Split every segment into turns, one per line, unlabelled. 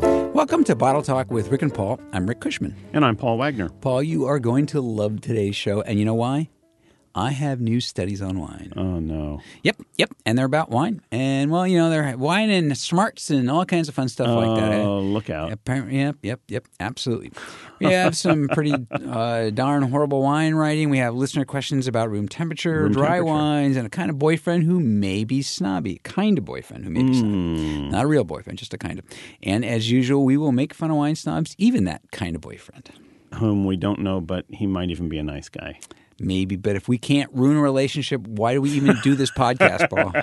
to Bottle Talk with Rick and Paul. I'm Rick Cushman.
And I'm Paul Wagner.
Paul, you are going to love today's show. And you know why? I have new studies on wine.
Oh, no.
Yep, yep. And they're about wine. And, well, you know, they're wine and smarts and all kinds of fun stuff
Oh,
like that. eh?
look out.
Apparently, yep, yep, yep, absolutely. We have some pretty uh, darn horrible wine writing. We have listener questions about room temperature,
Room
dry
temperature.
wines, and a kind of boyfriend who may be snobby, kind of boyfriend who may be
Hmm.
snobby, not a real boyfriend, just a kind of. And as usual, we will make fun of wine snobs, even that kind of boyfriend.
Whom we don't know, but he might even be a nice guy.
Maybe, but if we can't ruin a relationship, why do we even do this podcast, Paul?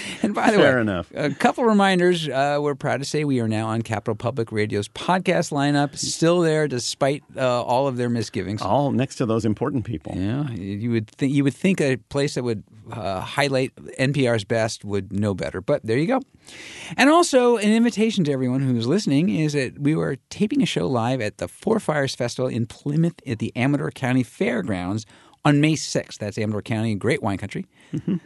and by the way,
Fair enough.
a couple reminders. Uh, we're proud to say we are now on Capital Public Radio's podcast lineup, still there despite uh, all of their misgivings.
All next to those important people.
Yeah, you would think you would think a place that would uh, highlight NPR's best would know better, but there you go. And also, an invitation to everyone who's listening is that we are taping a show live at the Four Fires Festival in Plymouth at the Amador County Fairgrounds on May 6th. That's Amador County, great wine country.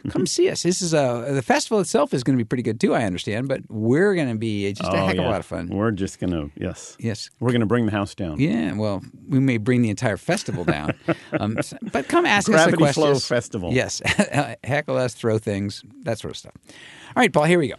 Come see us. This is a the festival itself is going to be pretty good too, I understand, but we're going to be it's just a
Oh,
heck of a
yeah.
lot of fun.
We're just going to, yes.
Yes,
We're going to bring the house down.
yeah, well, we may bring the entire festival down, um, s- but come ask us the
Gravity
questions.
Flow Festival.
Yes, heckle us, throw things, that sort of stuff. All right, Paul, here we go.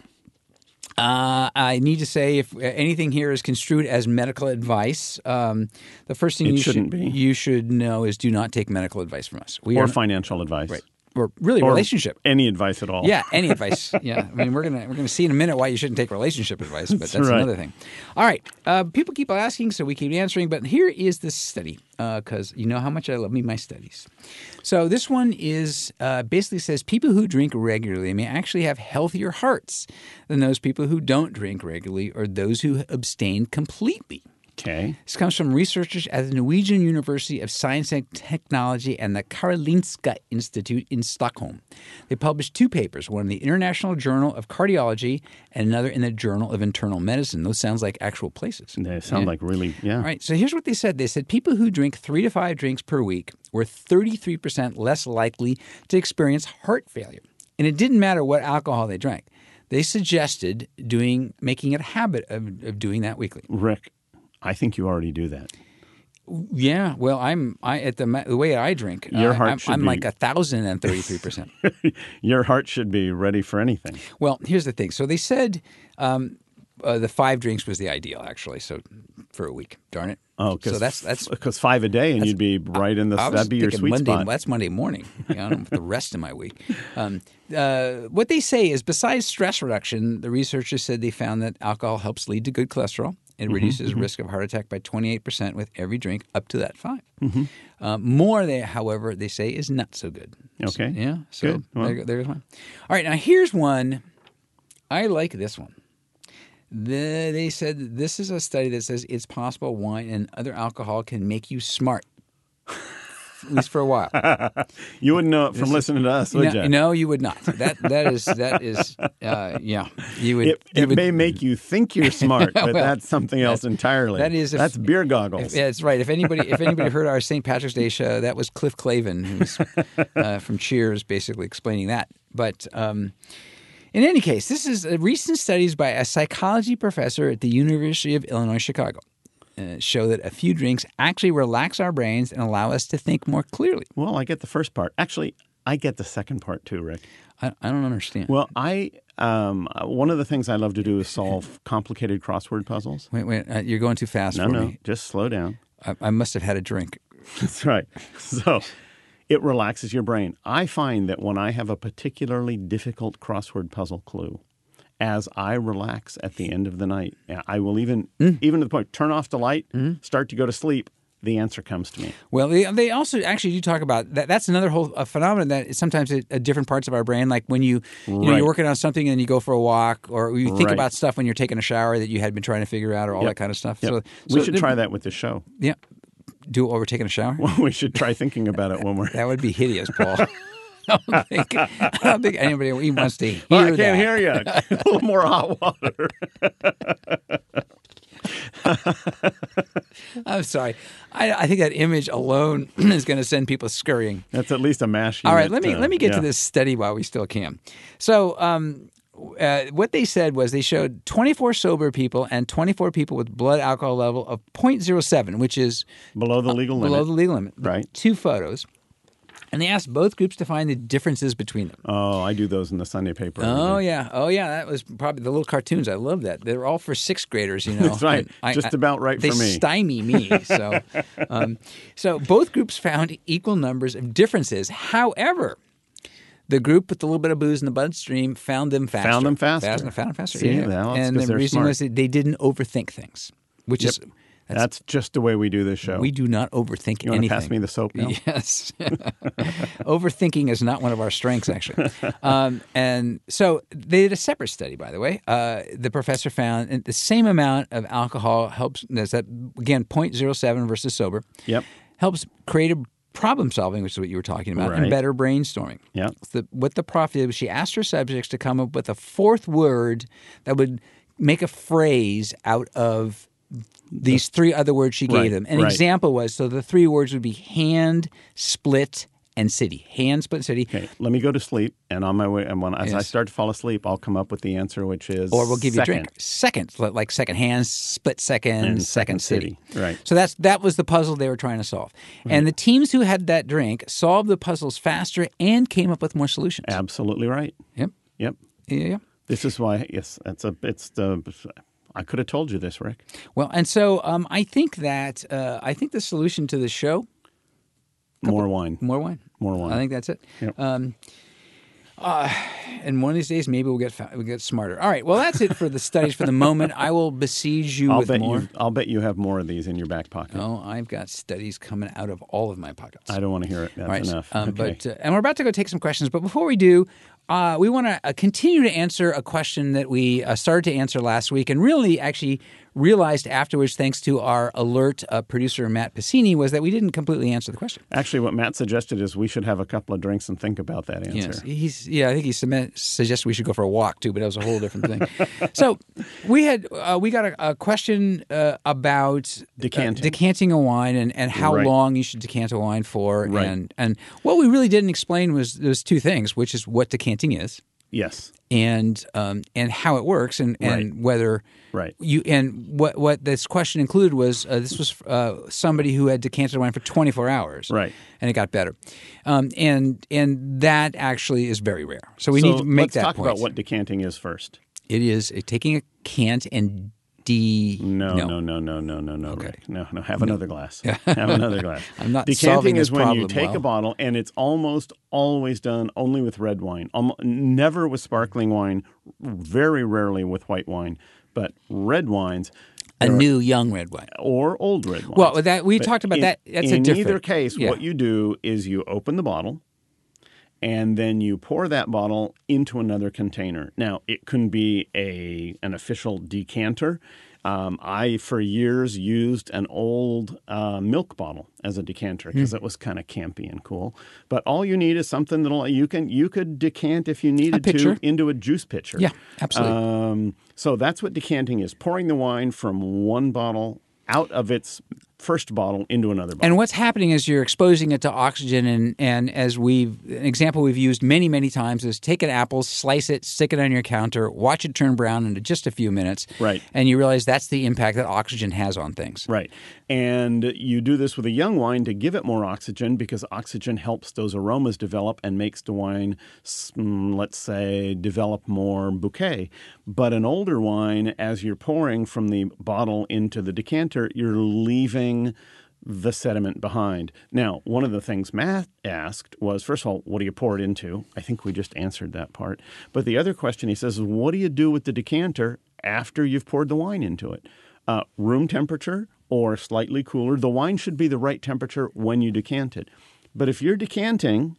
Uh, I need to say, if uh, anything here is construed as medical advice, um, the first thing
It
you
shouldn't
should
be.
you should know is do not take medical advice from us. We
Or
are
financial advice. Right.
or really
Or
relationship.
Any advice at all.
Yeah, any advice. Yeah, I mean, we're gonna we're gonna see in a minute why you shouldn't take relationship advice, but that's,
right.
another thing. All right, uh, people keep asking, so we keep answering. But here is this study because you know how much I love me my studies. So this one is uh, basically says people who drink regularly may actually have healthier hearts than those people who don't drink regularly or those who abstain completely.
Okay.
This comes from researchers at the Norwegian University of Science and Technology and the Karolinska Institute in Stockholm. They published two papers, one in the International Journal of Cardiology and another in the Journal of Internal Medicine. Those sounds like actual places.
They sound like really, yeah.
All right, so here's what they said. They said people who drink three to five drinks per week were 33% less likely to experience heart failure. And it didn't matter what alcohol they drank. They suggested doing making it a habit of, of doing that weekly.
Rick, I think you already do that.
Yeah, well, I'm I at the ma- the way I drink,
Your
I-
heart
I'm,
should
I'm
be-
like a thousand and thirty three percent.
Your heart should be ready for anything.
Well, here's the thing. So they said um, uh, the five drinks was the ideal, actually. So for a week, darn it.
Oh, because
so that's that's.
because five a day, and you'd be right in the
I was
that'd be your
thinking
sweet
Monday,
spot.
That's Monday morning. You know, I don't know, the rest of my week. Um, uh, what they say is, besides stress reduction, the researchers said they found that alcohol helps lead to good cholesterol.
Mm-hmm,
It reduces risk of heart attack by 28% with every drink up to that 5
Mm-hmm.
Uh, more, they, however, they say is not so good.
Okay.
Yeah. So
Good. Well-
there, go- there's one. All right. Now here's one. I like this one. The, they said that this is a study that says it's possible wine and other alcohol can make you smart, at least for a while.
You wouldn't know it from listening to us, would
no,
you?
no, you would not. That that is that is uh, yeah. You would.
It,
you
it
would-
may make you think you're smart, but that's something else entirely.
that is if-
that's beer
If,
goggles.
yeah, that's right. If anybody, if anybody heard our St. Patrick's Day show, that was Cliff Clavin, who's uh, from Cheers, basically explaining that. But um, in any case, this is a recent studies by a psychology professor at the University of Illinois Chicago uh, show that a few drinks actually relax our brains and allow us to think more clearly.
Well, I get the first part. Actually, I get the second part too, Rick.
I, I don't understand.
Well, I um, one of the things I love to do is solve complicated crossword puzzles.
wait, wait, uh, you're going too fast
No,
for
no,
me.
just slow down.
I, I must have had a drink.
That's right. So it relaxes your brain. I find that when I have a particularly difficult crossword puzzle clue, as I relax at the end of the night, I will even, even to the point, turn off the light, start to go to sleep, the answer comes to me.
Well, they, they also actually do talk about that. That's another whole a phenomenon that is sometimes at, at different parts of our brain, like when you, you know,
Right.
you're working on something and you go for a walk, or you think
Right.
about stuff when you're taking a shower that you had been trying to figure out, or all that kind of stuff.
Yep.
So,
we
so
should
there-
try that with the show.
Yeah, do it while we're taking a shower.
we should try thinking about it when we're.
That would be hideous, Paul. I, don't think, I don't think anybody even wants to hear
I
that.
can't hear you. a little more hot water.
I'm sorry. I, I think that image alone is going to send people scurrying.
That's at least a mash.
All right,
unit,
let me
uh,
let me get
yeah.
to this study while we still can. So, um, uh, what they said was they showed 24 sober people and 24 people with blood alcohol level of 0.07, which is
Uh, below the legal
below
limit.
the legal limit.
Right.
Two photos. And they asked both groups to find the differences between them.
oh, I do those in the Sunday paper.
Oh yeah, oh yeah. That was probably the little cartoons. I love that. They were all for sixth graders, you know.
That's right.
And I-
Just
I-
about right
they
for me.
stymie me. So, um, so both groups found equal numbers of differences. However, the group with a little bit of booze in the bloodstream found them faster.
Found them faster.
Fast, found them faster.
See, well, it's
and
'cause
the
they're
reason
smart.
was that they didn't overthink things, which is
That's, just the way we do this show.
we do not overthink
you want
anything.
to pass me the soap now?
Yes. Overthinking is not one of our strengths, actually. Um, and so they did a separate study, by the way. Uh, the professor found that the same amount of alcohol helps, that's that, again, 0.07 versus sober,
Yep.
helps creative problem solving, which is what you were talking about, and
Right.
better brainstorming.
Yeah.
The, what the prof did was she asked her subjects to come up with a fourth word that would make a phrase out of these three other words she gave
Right,
them. An
right.
example was so the three words would be hand, split, and city. Hand, split, city.
Okay, let me go to sleep, and on my way, and when as I
Yes.
start to fall asleep, I'll come up with the answer, which is
Or we'll give
second.
you a drink. Second, li- like second hand, split second,
And
second
second
city.
city, right.
So that's that was the puzzle they were trying to solve. And the teams who had that drink solved the puzzles faster and came up with more solutions.
Absolutely right.
Yep.
Yep.
Yeah. yeah.
This is why. Yes, that's a. It's the. I could have told you this, Rick.
Well, and so um, I think that uh, I think the solution to the show
More wine.
more wine.
More wine.
I think that's it.
Yep.
Um, uh, and one of these days, maybe we'll get fa- we'll get smarter. All right. Well, that's it for the studies for the moment. I will besiege you
I'll
with
bet
more.
you. I'll bet you have more of these in your back pocket.
Oh, I've got studies coming out of all of my pockets.
I don't want to hear it. That's
All Oh. right.
enough.
Um,
okay.
But uh, and we're about to go take some questions. But before we do, uh, we want to uh, continue to answer a question that we uh, started to answer last week, and really actually realized afterwards, thanks to our alert uh, producer Matt Piscini, was that we didn't completely answer the question.
Actually, what Matt suggested is we should have a couple of drinks and think about that answer.
Yes, he's yeah. I think he submit, suggested we should go for a walk too, but that was a whole different thing. so we had uh, we got a, a question uh, about
Decanting.
uh, decanting a wine, and, and how
Right.
long you should decant a wine for,
Right.
and and what we really didn't explain was those two things, which is what decanting is,
Yes.
and um, and how it works, and and whether.
Right.
You and what what this question included was uh, this was uh, somebody who had decanted wine for 24 hours,
Right.
And it got better, um, and and that actually is very rare. So we
so
need to make
let's
that
talk
point.
about what decanting is first.
it is uh, taking a cant and de
No, no, no, no, no, no, no, Rick. No, no. Have another glass. have another glass.
I'm not
Decanting
solving
is
this
when you
problem
take
well.
a bottle, and it's almost always done only with red wine. Almo- never with sparkling wine. Very rarely with white wine, but red wines
a new young red wine.
or old red wine.
Well, that we talked about
in,
that. That's a
in
different.
either case.
yeah.
What you do is you open the bottle, and then you pour that bottle into another container. Now it can be a an official decanter. Um, I for years used an old uh, milk bottle as a decanter
Hmm.
because it was kind of campy and cool. But all you need is something that'll you can you could decant if you needed
pitcher.
to into a juice pitcher.
Yeah, absolutely.
Um, so that's what decanting is: pouring the wine from one bottle out of its first bottle into another bottle.
And what's happening is you're exposing it to oxygen, and, and as we've an example we've used many many times is take an apple, slice it, stick it on your counter, watch it turn brown in just a few minutes,
Right.
And you realize that's the impact that oxygen has on things.
Right. And you do this with a young wine to give it more oxygen because oxygen helps those aromas develop and makes the wine, s- mm, let's say, develop more bouquet. But an older wine, as you're pouring from the bottle into the decanter, you're leaving the sediment behind. Now, one of the things Matt asked was first of all, what do you pour it into? I think we just answered that part. But the other question he says is, what do you do with the decanter after you've poured the wine into it? uh, room temperature or slightly cooler. The wine should be the right temperature when you decant it. But if you're decanting,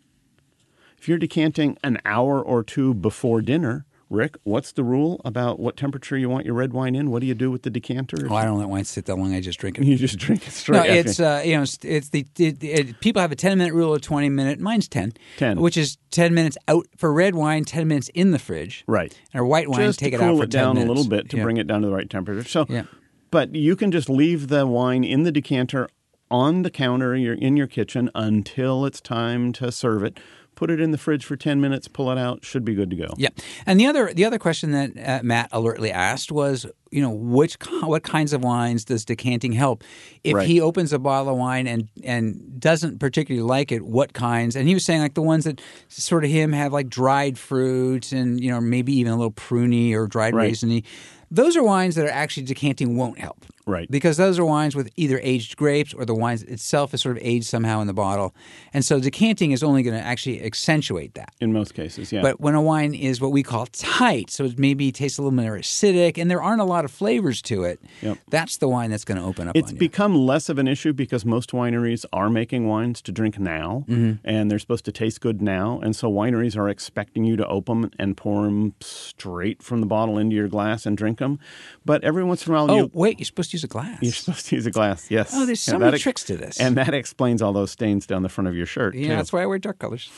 if you're decanting an hour or two before dinner, Rick, what's the rule about what temperature you want your red wine in? What do you do with the decanter?
Oh, I don't let wine sit that long. I just drink it.
you just drink it straight.
No,
after.
it's uh, you know it's, it's the it, it, people have a ten minute rule, a twenty minute. Mine's ten.
10.
which is ten minutes out for red wine, ten minutes in the fridge.
Right.
And our white wine,
just
take
to
it out
cool
for
it
10
down
minutes.
a little bit to
Yeah.
bring it down to the right temperature. So,
Yeah.
but you can just leave the wine in the decanter on the counter you're in your kitchen until it's time to serve it. put it in the fridge for 10 minutes, pull it out, should be good to go.
Yeah, and the other the other question that uh, Matt alertly asked was, you know, which ki- what kinds of wines does decanting help? If
Right.
he opens a bottle of wine and and doesn't particularly like it, what kinds? And he was saying like the ones that sort of him have like dried fruits and you know maybe even a little pruny or dried
Right.
raisiny. Those are wines that are actually decanting won't help.
Right.
Because those are wines with either aged grapes or the wine itself is sort of aged somehow in the bottle. And so decanting is only going to actually accentuate that.
In most cases, yeah.
But when a wine is what we call tight, so it maybe tastes a little more acidic, and there aren't a lot of flavors to it,
Yep.
that's the wine that's going to open up
It's
on you.
become less of an issue because most wineries are making wines to drink now,
Mm-hmm.
and they're supposed to taste good now. And so wineries are expecting you to open 'em and pour them straight from the bottle into your glass and drink them. But every once in a while,
oh,
you,
wait, you're supposed to use a glass.
you're supposed to use a glass. Yes.
Oh, there's so
And
many
that ex-
tricks to this.
And that explains all those stains down the front of your shirt.
yeah,
too.
that's why I wear dark colors.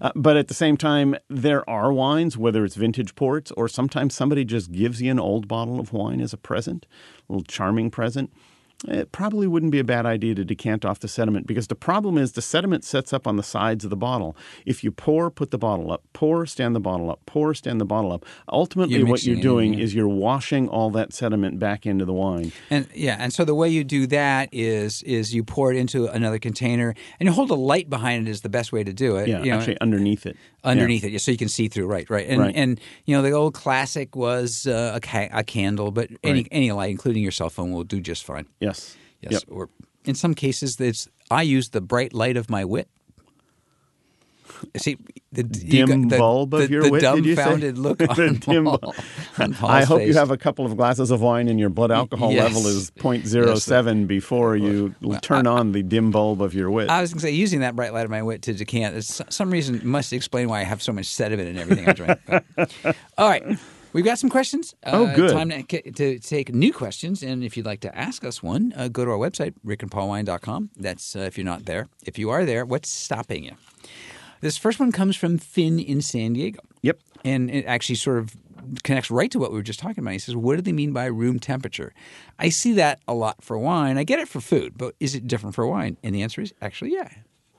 Uh, but at the same time, there are wines, whether it's vintage ports or sometimes somebody just gives you an old bottle of wine as a present, a little charming present. It probably wouldn't be a bad idea to decant off the sediment because the problem is the sediment sets up on the sides of the bottle. If you pour, put the bottle up, pour, stand the bottle up, pour, stand the bottle up. Ultimately,
You're
what you're
mixing it in,
doing
yeah.
is you're washing all that sediment back into the wine.
And yeah, and so the way you do that is is you pour it into another container and you hold a light behind it is the best way to do it.
Yeah,
you know,
actually, underneath it. Yeah.
underneath it, so you can see through. Right, right, and
Right.
and you know the old classic was uh, a, ca- a candle, but any
Right.
any light, including your cell phone, will do just fine.
Yes.
Yes,
Yep.
or in some cases, it's I use the bright light of my wit. See the you
dim
got the-
bulb of
the-
your
the
wit. did you say?
dumbfounded look
The
on,
dim
Paul-
bulb.
on Paul's
I hope you
face.
have a couple of glasses of wine and your blood alcohol
yes.
level is 0.07 before you turn on the dim bulb of your wit.
I was going to say using that bright light of my wit to decant. Is some reason must explain why I have so much sediment in everything I drink. But- All right, we've got some questions.
Oh,
Uh,
good.
Time to, to take new questions, and if you'd like to ask us one, uh, go to our website rickandpaulwine.com. That's uh, if you're not there. If you are there, what's stopping you? This first one comes from Finn in San Diego.
Yep.
And it actually sort of connects right to what we were just talking about. He says, What do they mean by room temperature? I see that a lot for wine. I get it for food, but is it different for wine? And the answer is actually, yeah.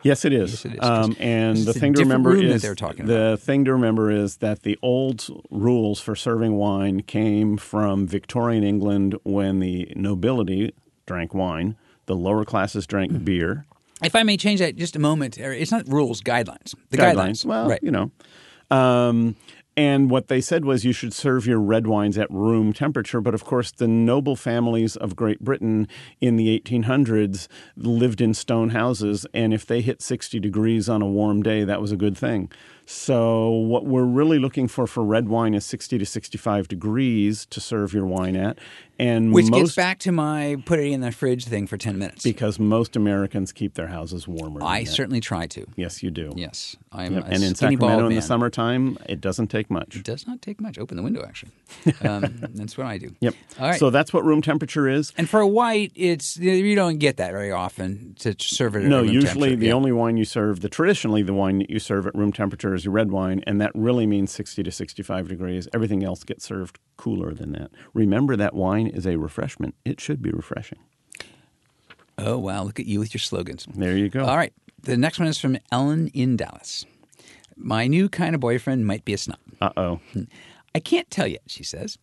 Yes, it is.
it is, 'cause
Um, and
it's
the
a
thing to
different
remember
room that
is
they're talking
the thing to remember is that the old rules for serving wine came from Victorian England when the nobility drank wine, the lower classes drank
Mm.
beer.
If I may change that just a moment, or it's not rules, guidelines. The guidelines.
Well,
right.
you know. Um, and what they said was you should serve your red wines at room temperature. But of course, the noble families of Great Britain in the 1800s lived in stone houses. And if they hit 60 degrees on a warm day, that was a good thing. So, what we're really looking for for red wine is 60 to 65 degrees to serve your wine at. And
Which
most,
gets back to my put it in the fridge thing for 10 minutes.
because most Americans keep their houses warmer. than
I
that.
certainly try to.
Yes, you do.
Yes. I'm
Yep,
a
And in
skinny bald
Sacramento in
man.
the summertime, it doesn't take much.
Does not take much. Open the window, actually. Um, that's what I do.
Yep.
All right.
So that's what room temperature is.
And for a white, it's you don't get that very often to serve it. At
No,
room
usually
temperature.
the
Yeah.
only wine you serve, the traditionally the wine that you serve at room temperature is your red wine, and that really means 60 to 65 degrees. Everything else gets served cooler than that. Remember that wine is a refreshment. It should be refreshing.
Oh wow! Look at you with your slogans.
There you go.
All right. The next one is from Ellen in Dallas. My new kind of boyfriend might be a snob.
Uh-oh.
I can't tell yet, she says.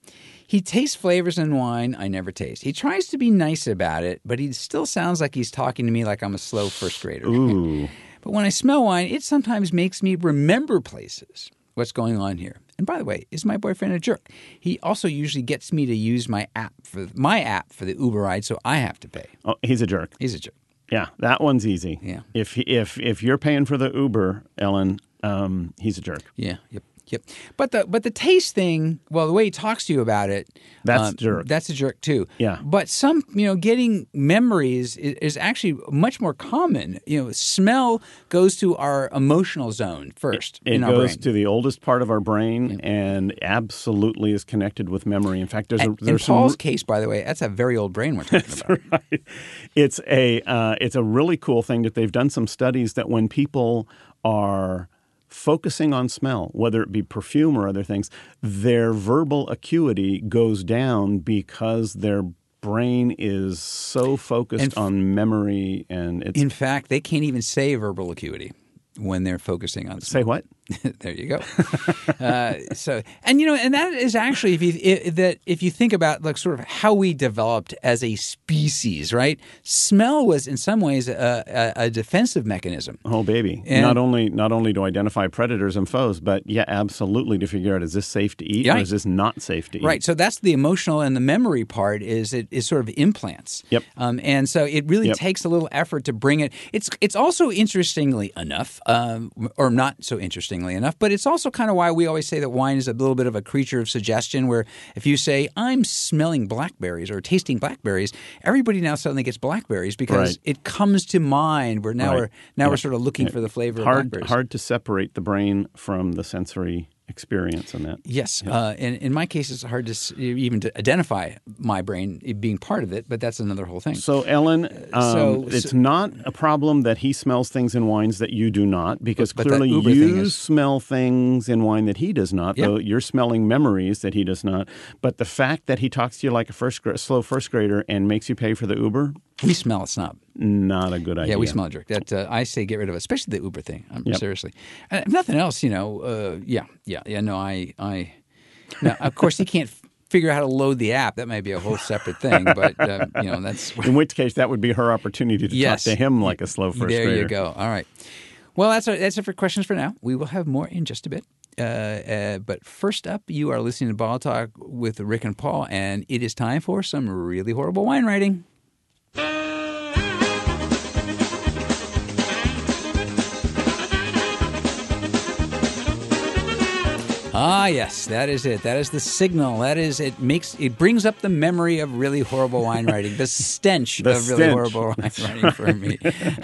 He tastes flavors in wine I never taste. He tries to be nice about it, but he still sounds like he's talking to me like I'm a slow first grader.
Ooh.
But when I smell wine, it sometimes makes me remember places. What's going on here? And by the way, is my boyfriend a jerk? He also usually gets me to use my app for my app for the Uber ride, so I have to pay.
Oh, he's a jerk.
He's a jerk.
Yeah, that one's easy.
Yeah.
If he- if if you're paying for the Uber, Ellen, um, he's a jerk.
Yeah. Yep. Yep. But the but the taste thing, well, the way he talks to you about it, um,
That's jerk.
That's a jerk too.
Yeah.
But some, you know, getting memories is, is actually much more common. You know, smell goes to our emotional zone first
It
in our
goes
brain.
to the oldest part of our brain and absolutely is connected with memory. In fact, there's a,
And in
there's some
Paul's case, by the way, that's a very old brain we're talking about.
it's a uh, it's a really cool thing that they've done some studies that when people are focusing on smell, whether it be perfume or other things, their verbal acuity goes down because their brain is so focused
And f-
on memory and it's
In fact, they can't even say verbal acuity when they're focusing on
say what?
there you go. uh, so, and you know, and that is actually if you i that if you think about like sort of how we developed as a species, right? Smell was in some ways a, a, a defensive mechanism.
Oh baby.
And-
not only not only to identify predators and foes, but yeah, absolutely to figure out is this safe to eat
Yeah.
or is this not safe to eat?
Right, so that's the emotional and the memory part is it is sort of implants.
Yep.
Um, and so it really
Yep.
takes a little effort to bring it. It's it's also interestingly enough, um, or not so interestingly enough, but it's also kind of why we always say that wine is a little bit of a creature of suggestion. Where if you say I'm smelling blackberries or tasting blackberries, everybody now suddenly gets blackberries because
Right.
it comes to mind. Where now
Right.
we're now we're
Yeah.
sort of looking
Yeah.
for the flavor of
Hard
blackberries.
hard to separate the brain from the sensory experience in that.
Yes, uh, in, in my case, it's hard to s- e, even to identify my brain being part of it, but that's another whole thing.
So, Ellen, um,
so-
it's
so-
not a problem that he smells things in wines that you do not, because
But- but that
clearly
Uber
you
thing is-
smell things in wine that he does not,
Yeah.
though you're smelling memories that he does not. But the fact that he talks to you like a first gra- slow first grader and makes you pay for the Uber,
we smell a snob.
not a good idea.
Yeah, we smell a jerk. That uh, I say, get rid of it, especially the Uber thing. Um,
Yep.
Seriously, uh, if nothing else, you know. Uh, yeah, yeah, yeah. No, I, I. Now, of course, he can't f- figure out how to load the app. That might be a whole separate thing, but uh, you know, that's
In which case, that would be her opportunity to
Yes.
talk to him like a slow first
there
grader.
you go. All right. Well, that's our, that's it for questions for now. We will have more in just a bit. Uh, uh, but first up, you are listening to Ball Talk with Rick and Paul, and it is time for some really horrible wine writing. Ah, yes, that is it. That is the signal. That is it. Makes it brings up the memory of really horrible wine writing. The stench
The
of really
stench.
horrible wine writing for me.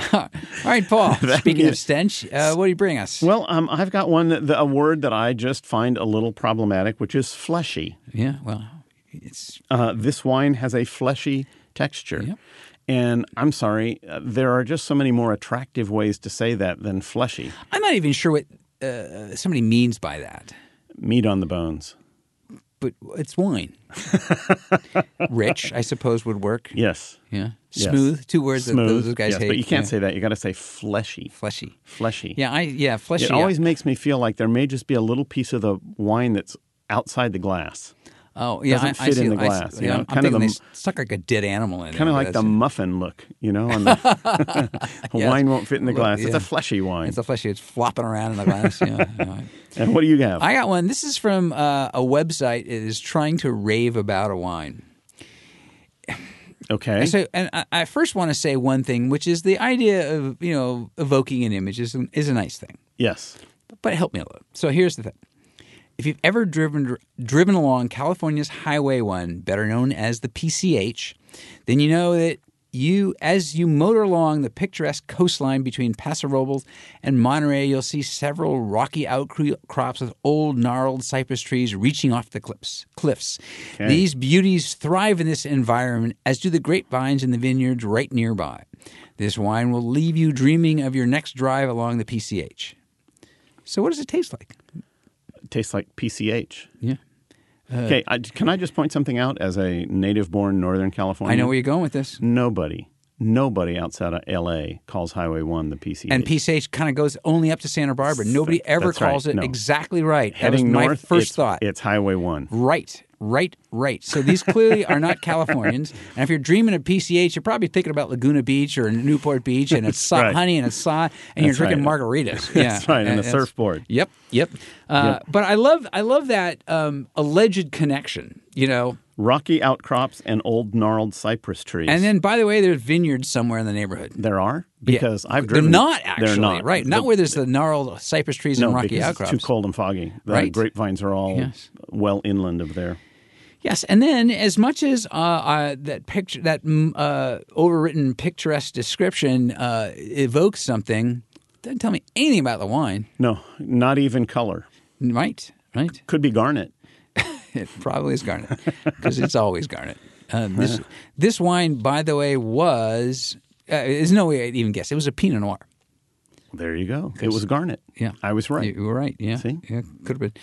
All right, Paul. Speaking of
is-
stench, uh, what do you bring us?
Well, um, I've got one, that- the, a word that I just find a little problematic, which is fleshy.
yeah, well, it's
uh, this wine has a fleshy texture.
Yep.
And I'm sorry, uh, there are just so many more attractive ways to say that than fleshy.
I'm not even sure what uh, somebody means by that,
Meat on the bones.
but it's wine. Rich, I suppose, would work.
Yes.
Yeah,
Yes.
smooth. Two words that
Smooth.
those- those guys
yes,
hate.
But you can't
Yeah.
say that. You got to say fleshy.
fleshy.
Fleshy.
Yeah, I yeah fleshy.
It always makes me feel like there may just be a little piece of the wine that's outside the glass.
oh yeah,
doesn't
I, I
fit
see,
in the
I see-
glass, you
yeah,
know,
I'm
kind of
thinking
the-
they stuck like a dead animal in.
Kind of like the muffin look, you know? On the, the
Yes.
wine won't fit in the
Look,
glass. It's
yeah.
a fleshy wine.
It's a fleshy. It's flopping around in the glass. yeah. yeah.
and what do you have?
I got one. This is from uh, a website. It is trying to rave about a wine.
okay.
So, and I, I first want to say one thing, which is the idea of you know evoking an image is, is a nice thing,
yes.
but help me a little. So here's the thing: if you've ever driven driven along California's Highway One, better known as the PCH, then you know that you as you motor along the picturesque coastline between Paso Robles and Monterey, you'll see several rocky outcrops with old gnarled cypress trees reaching off the cliffs. Cliffs.
Okay.
These these beauties thrive in this environment, as do the grapevines in the vineyards right nearby. This wine will leave you dreaming of your next drive along the PCH. So, what does it taste like?
tastes like PCH.
Yeah. Uh,
Okay, I, can I just point something out as a native born Northern California?
I know where you're going with this.
Nobody, nobody outside of LA calls Highway 1 the PCH.
And PCH kind of goes only up to Santa Barbara. Nobody ever
that's right.
calls it
No.
exactly right. that
Heading
was my
north,
first
it's,
thought.
It's Highway 1.
Right, right, right. So these clearly are not Californians. And if you're dreaming of PCH, you're probably thinking about Laguna Beach or Newport Beach and it's
right.
honey and it's sa and you're
That's
drinking
right.
margaritas.
That's right, and the
that's-
surfboard.
Yep, yep. Uh, But I love, I love that um, alleged connection. You know,
Rocky outcrops and old gnarled cypress trees.
and then by the way, there's vineyards somewhere in the neighborhood.
there are because I've
They're
driven.
not actually
they're not
right. Not
The-
where there's the gnarled cypress trees
no,
and rocky
because
outcrops.
It's too cold and foggy. The
Right.
grapevines are all
Yes.
well inland of there.
Yes, and then as much as uh, uh, that picture, that mm, uh, overwritten picturesque description uh, evokes something, doesn't tell me anything about the wine.
No, not even color.
Right, right.
Could be garnet.
It probably is garnet because it's always garnet. Um, this
Uh-huh.
this wine, by the way, was uh, there's no way I'd even guess. It was a Pinot Noir.
There you go. It was garnet.
Yeah,
I was right.
You, you were right. Yeah,
See?
yeah, could have been.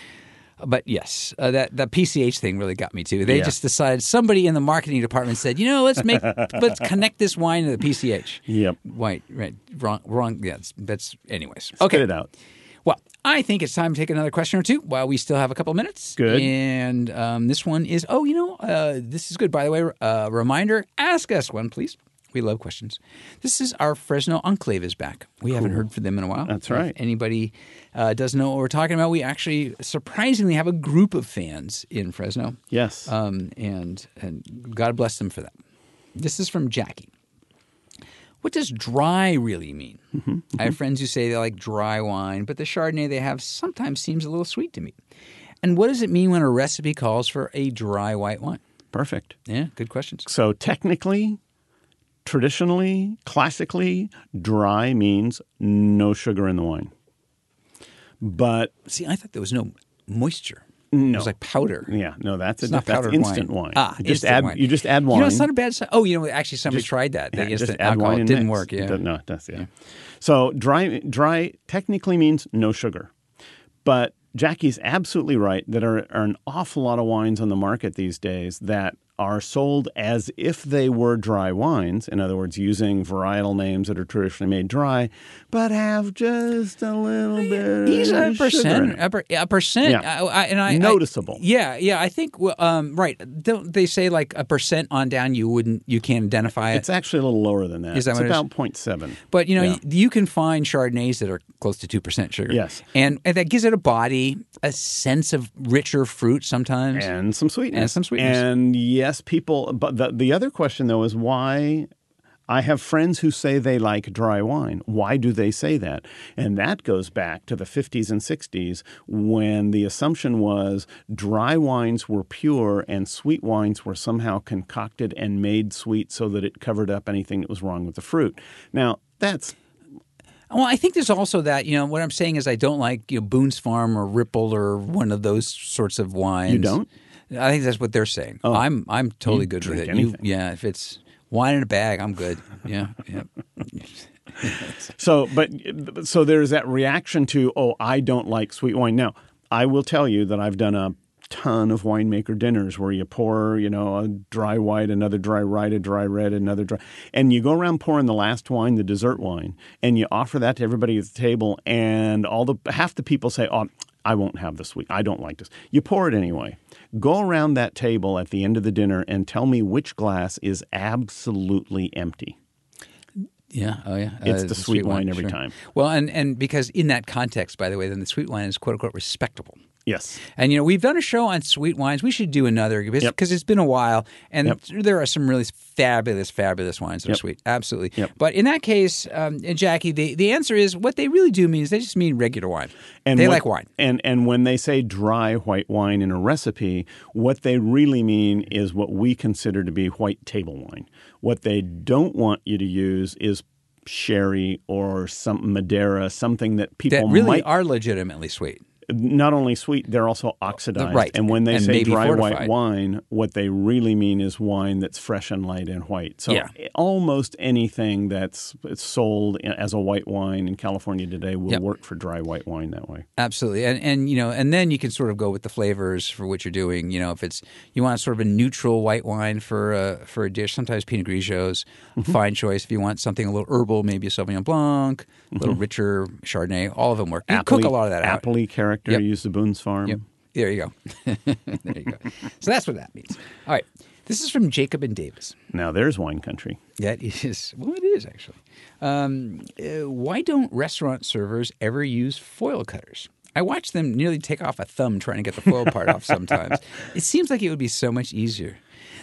But yes, uh, that the PCH thing really got me too. They
Yeah.
just decided somebody in the marketing department said, you know, let's make let's connect this wine to the PCH.
Yep.
Right, right, wrong, wrong. Yeah, that's, that's anyways.
Spit
Okay,
it out.
well, I think it's time to take another question or two while we still have a couple minutes.
Good.
And um, this one is oh, you know, uh, this is good. By the way, uh, reminder ask us one, please. We love questions. This is our Fresno Enclave is back. We haven't heard from them in a while.
That's
If
right.
anybody uh, doesn't know what we're talking about, we actually surprisingly have a group of fans in Fresno.
Yes.
Um, and, and God bless them for that. This is from Jackie. What does dry really mean?
Mm-hmm,
I have friends who say they like dry wine, but the Chardonnay they have sometimes seems a little sweet to me. And what does it mean when a recipe calls for a dry white wine?
Perfect.
Yeah, good questions.
So technically, traditionally, classically, dry means no sugar in the wine. But
See, I thought there was no moisture. No. It was like powder.
yeah, no, that's a
It's not
that's
powdered
instant wine.
wine. Ah,
you just
instant
add
wine.
you just add wine.
You know, it's not a bad. si- Oh, you know, actually, somebody tried that.
Yeah,
They
just
instant
add
alcohol.
wine
It
and
didn't
mix.
work. Yeah.
It doesn't- no, it does. Yeah. So dry dry technically means no sugar, but Jackie's absolutely right that there are an awful lot of wines on the market these days that are sold as if they were dry wines. In other words, using varietal names that are traditionally made dry, but have just a little bit.
These are a
of sugar in
percent,
it.
a, per, a percent,
Yeah.
I, I, and I I-
Noticeable.
yeah, yeah. I think well, um, right. Don't they say like a percent on down? You wouldn't, you can't identify it.
It's actually a little lower than that.
Is that
it's
what it is?
about 0.7.
but you know,
Yeah.
y- you can find chardonnays that are close to two percent sugar.
Yes.
and, and that gives it a body, a sense of richer fruit sometimes.
and some sweetness
And some sweetness.
And yes, people. But the the other question though is why. I have friends who say they like dry wine. Why do they say that? And that goes back to the 50s and 60s when the assumption was dry wines were pure and sweet wines were somehow concocted and made sweet so that it covered up anything that was wrong with the fruit. Now, that's
Well, I think there's also that you know what I'm saying is I don't like you know Boone's Farm or Ripple or one of those sorts of wines. You
don't? Oh.
I think that's what they're saying. I'm I'm totally good with it.
drink anything.
yeah, if it's wine in a bag, I'm good. Yeah, yeah.
So, but so there's that reaction to, oh, I don't like sweet wine. Now, I will tell you that I've done a ton of winemaker dinners where you pour, you know, a dry white, another dry right, a dry red, another dry, and you go around pouring the last wine, the dessert wine, and you offer that to everybody at the table, and all the half the people say, oh. I won't have the sweet. I don't like this. You pour it anyway. Go around that table at the end of the dinner and tell me which glass is absolutely empty.
Yeah, oh yeah.
It's the sweet wine every time.
Well, and and because in that context, by the way, then the sweet wine is quote unquote respectable.
Yes.
And you know, we've done a show on sweet wines. We should do another because
Yep.
'cause it's been a while, and
Yep.
there are some really fabulous, fabulous wines that are sweet. Absolutely.
Yep.
But in that case, um, and Jackie, the the answer is what they really do mean is they just mean regular wine. they
what-
like wine.
And and when they say dry white wine in a recipe, what they really mean is what we consider to be white table wine. What they don't want you to use is sherry or some Madeira, something that people
That really
might
are legitimately sweet.
not only sweet, they're also oxidized.
Right.
And when they
And
say
maybe
dry white
fortified.
wine, what they really mean is wine that's fresh and light and white. So
Yeah.
almost anything that's sold as a white wine in California today will
Yep.
work for dry white wine that way.
Absolutely, and and you know, and then you can sort of go with the flavors for what you're doing. You know, if it's you want sort of a neutral white wine for a for a dish, sometimes Pinot Grigio's a
Mm-hmm.
fine choice. If you want something a little herbal, maybe a Sauvignon Blanc, a little richer Chardonnay. All of them work. You cook a lot of that out.
Mm-hmm. Appley character.
Yep.
Use the Boone's Farm.
Yep. There you go. there you go. So that's what that means. All right. This is from Jacob and Davis.
Now there's wine country.
That is well, it is actually. Um, uh, why don't restaurant servers ever use foil cutters? I watch them nearly take off a thumb trying to get the foil part off sometimes. It seems like it would be so much easier.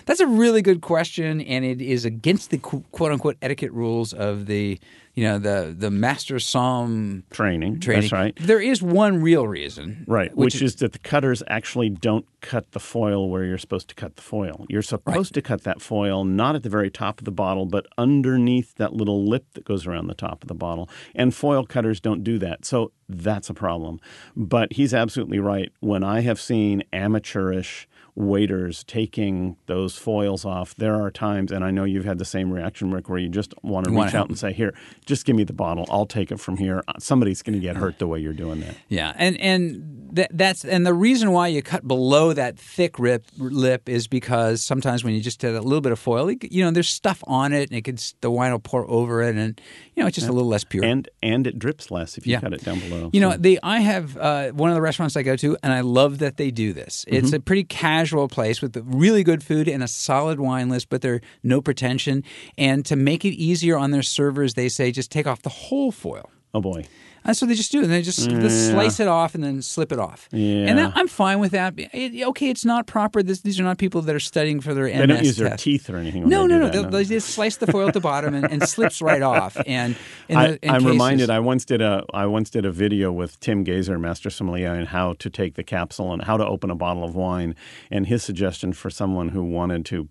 That's a really good question, and it is against the qu- quote-unquote etiquette rules of the, you know, the the master psalm
Training.
training.
That's right.
There is one real reason,
Right, which, is, that the cutters actually don't cut the foil where you're supposed to cut the foil. You're supposed to cut that foil not at the very top of the bottle, but underneath that little lip that goes around the top of the bottle. And foil cutters don't do that. So that's a problem. But he's absolutely right. When I have seen amateurish waiters taking those foils off, there are times, and I know you've had the same reaction, Rick, where you just want to
wanna
reach
help
out and say, Here, just give me the bottle. I'll take it from here. Somebody's going to get hurt the way you're doing that.
Yeah, and and That, that's and the reason why you cut below that thick rip, lip is because sometimes when you just add a little bit of foil, you, you know, there's stuff on it, and it could the wine will pour over it, and you know, it's just a little less pure.
and and it drips less if you
Yeah.
cut it down below.
You know, they. I have uh, one of the restaurants I go to, and I love that they do this. It's a pretty casual place with the really good food and a solid wine list, but they're no pretension. And to make it easier on their servers, they say just take off the whole foil.
oh boy,
And so they just do it. And they just, just slice it off and then slip it off. And
Yeah.
that, I'm fine with that. It- okay, it's not proper. This, these are not people that are studying for their MS
they don't use their
test.
teeth or anything. when
No,
they
no,
do
no.
that,
They'll, they just slice the foil at the bottom and, and slips right off. And in
I,
the, in
I'm
cases-
reminded. I once did a I once did a video with Tim Gazer, Master Sommelier, on how to take the capsule and how to open a bottle of wine. And his suggestion for someone who wanted to,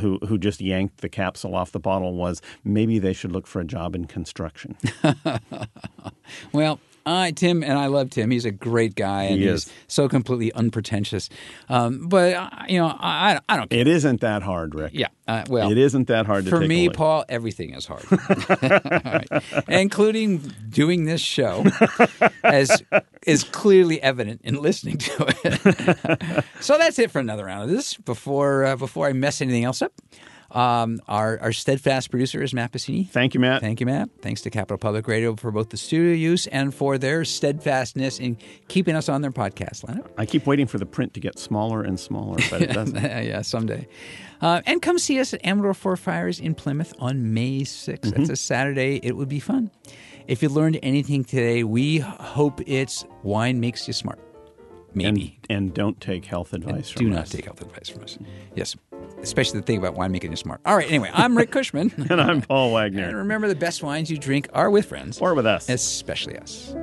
who who just yanked the capsule off the bottle was maybe they should look for a job in construction.
Well, I Tim and I love Tim. He's a great guy, and
He
he's
is.
so completely unpretentious. Um, but uh, you know, I, I I don't care.
it isn't that hard, Rick.
Yeah, uh, well,
It isn't that hard to
for
take a
me,
lick.
Paul. Everything is hard, All right. including doing this show, as is clearly evident in listening to it. so that's it for another round of this. Before uh, before I mess anything else up, um, our our steadfast producer is Matt Pacini.
Thank you, Matt.
Thank you, Matt. Thanks to Capital Public Radio for both the studio use and for their steadfastness in keeping us on their podcast lineup.
I keep waiting for the print to get smaller and smaller, but it doesn't.
yeah, someday. Uh, and come see us at Amador Four Fires in Plymouth on May 6th. That's
Mm-hmm.
a Saturday. It would be fun. If you learned anything today, we hope it's wine makes you smart.
and,
Maybe.
and don't take health advice from
Do
us.
not take health advice from us. Yes, especially the thing about wine making you smart. All right, anyway, I'm Rick Cushman.
And I'm Paul
and
Wagner.
remember, the best wines you drink are with friends,
Or with us.
especially us.